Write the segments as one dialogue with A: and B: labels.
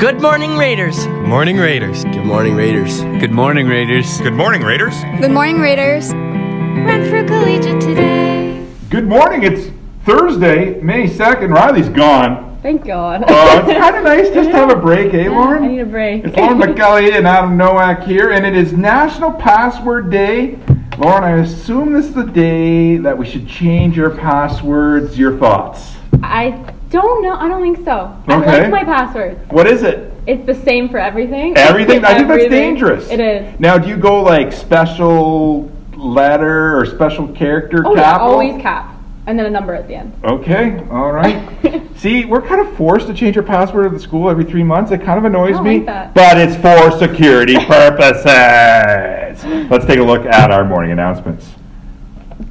A: Good morning, Raiders.
B: Morning Raiders.
C: Good morning, Raiders.
D: Good morning, Raiders.
E: Good morning, Raiders.
F: Good morning, Raiders.
G: Renfrew Collegiate today.
H: Good morning. It's Thursday, May 2nd. Riley's gone.
I: Thank God.
H: Uh, it's kind of nice just to have a break, eh,
I: I
H: Lauren?
I: need a break.
H: It's Lauren McKelly and Adam Nowak here, and it is National Password Day. Lauren, I assume this is the day that we should change our passwords. Your thoughts?
I: I don't know. I don't think so. I
H: Okay.
I: like my passwords.
H: What is it?
I: It's the same for everything.
H: Everything? I think that's
I: Everything.
H: dangerous.
I: It is.
H: Now, do you go like special letter or special character
I: Oh, yeah,
H: capital?
I: always cap. And then a number at the end.
H: Okay, all right. See, we're kind of forced to change our password at the school every three months. It kind of annoys
I: don't
H: me,
I: like that.
H: but it's for security purposes. Let's take a look at our morning announcements.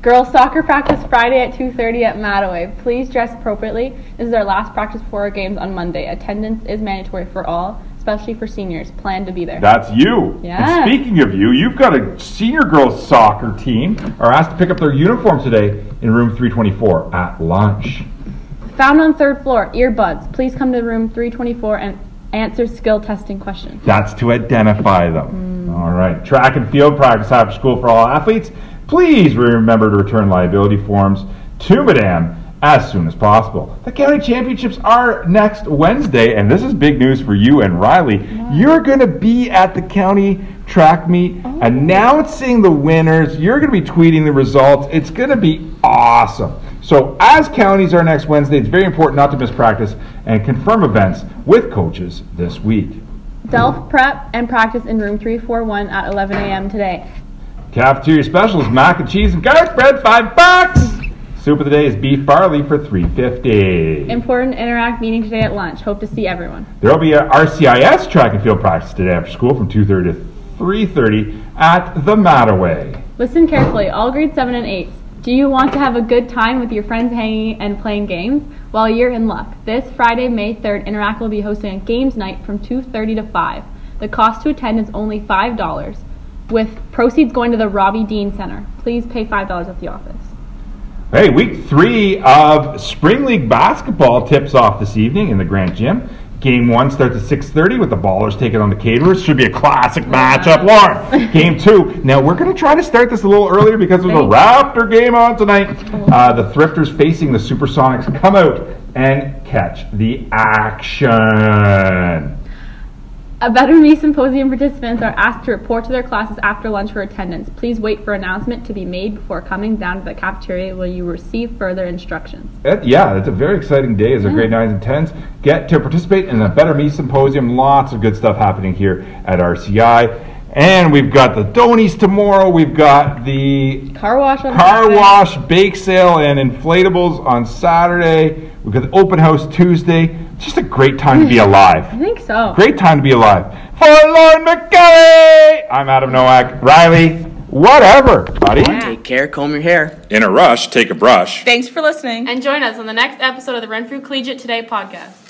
I: Girls soccer practice Friday at 2.30 at Mattaway. Please dress appropriately. This is our last practice before our games on Monday. Attendance is mandatory for all, especially for seniors. Plan to be there.
H: That's you.
I: Yeah.
H: And speaking of you, you've got a senior girls soccer team are asked to pick up their uniform today in room 324 at lunch.
I: Found on third floor, earbuds. Please come to room 324 and answer skill testing questions.
H: That's to identify them. All right. Track and field practice after school for all athletes. Please remember to return liability forms to Madame as soon as possible. The county championships are next Wednesday, and this is big news for you and Riley. You're going to be at the county track meet announcing the winners. You're going to be tweeting the results. It's going to be awesome. So, as counties are next Wednesday, it's very important not to miss practice and confirm events with coaches this week.
I: Delph prep and practice in room 341 at 11 a.m. today.
H: Cafeteria specials: mac and cheese and garlic bread, five bucks. Soup of the day is beef barley for three fifty.
I: Important interact meeting today at lunch. Hope to see everyone.
H: There will be a RCIS track and field practice today after school from two thirty to three thirty at the Mattaway.
I: Listen carefully, all grade 7 and 8s. Do you want to have a good time with your friends hanging and playing games? Well, you're in luck. This Friday, May 3rd, Interact will be hosting a games night from 2:30 to 5. The cost to attend is only $5, with proceeds going to the Robbie Dean Center. Please pay $5 at the office.
H: Hey, week three of spring league basketball tips off this evening in the Grant Gym. Game one starts at six thirty with the Ballers taking on the Caterers. Should be a classic matchup, Lauren. Game two. Now we're going to try to start this a little earlier because there's a
I: Thank you.
H: Raptor game on tonight. Uh, the Thrifters facing the Supersonics. Come out and catch the action.
I: A Better Me Symposium participants are asked to report to their classes after lunch for attendance. Please wait for announcement to be made before coming down to the cafeteria where you receive further instructions.
H: It- yeah, it's a very exciting day as a grade 9s and 10s get to participate in a Better Me Symposium. Lots of good stuff happening here at RCI. And we've got the Donies tomorrow. We've got the
I: Car wash on
H: car
I: Saturday.
H: wash, bake sale, and inflatables on Saturday. We've got the open house Tuesday. It's just a great time to be
I: I
H: alive.
I: think so.
H: Great time to be alive. For Lauren McKay, I'm Adam Nowak. Riley, whatever, buddy.
A: Take care, comb your hair.
E: In a rush, take a brush.
J: Thanks for listening.
K: And join us on the next episode of the Renfrew Collegiate Today podcast.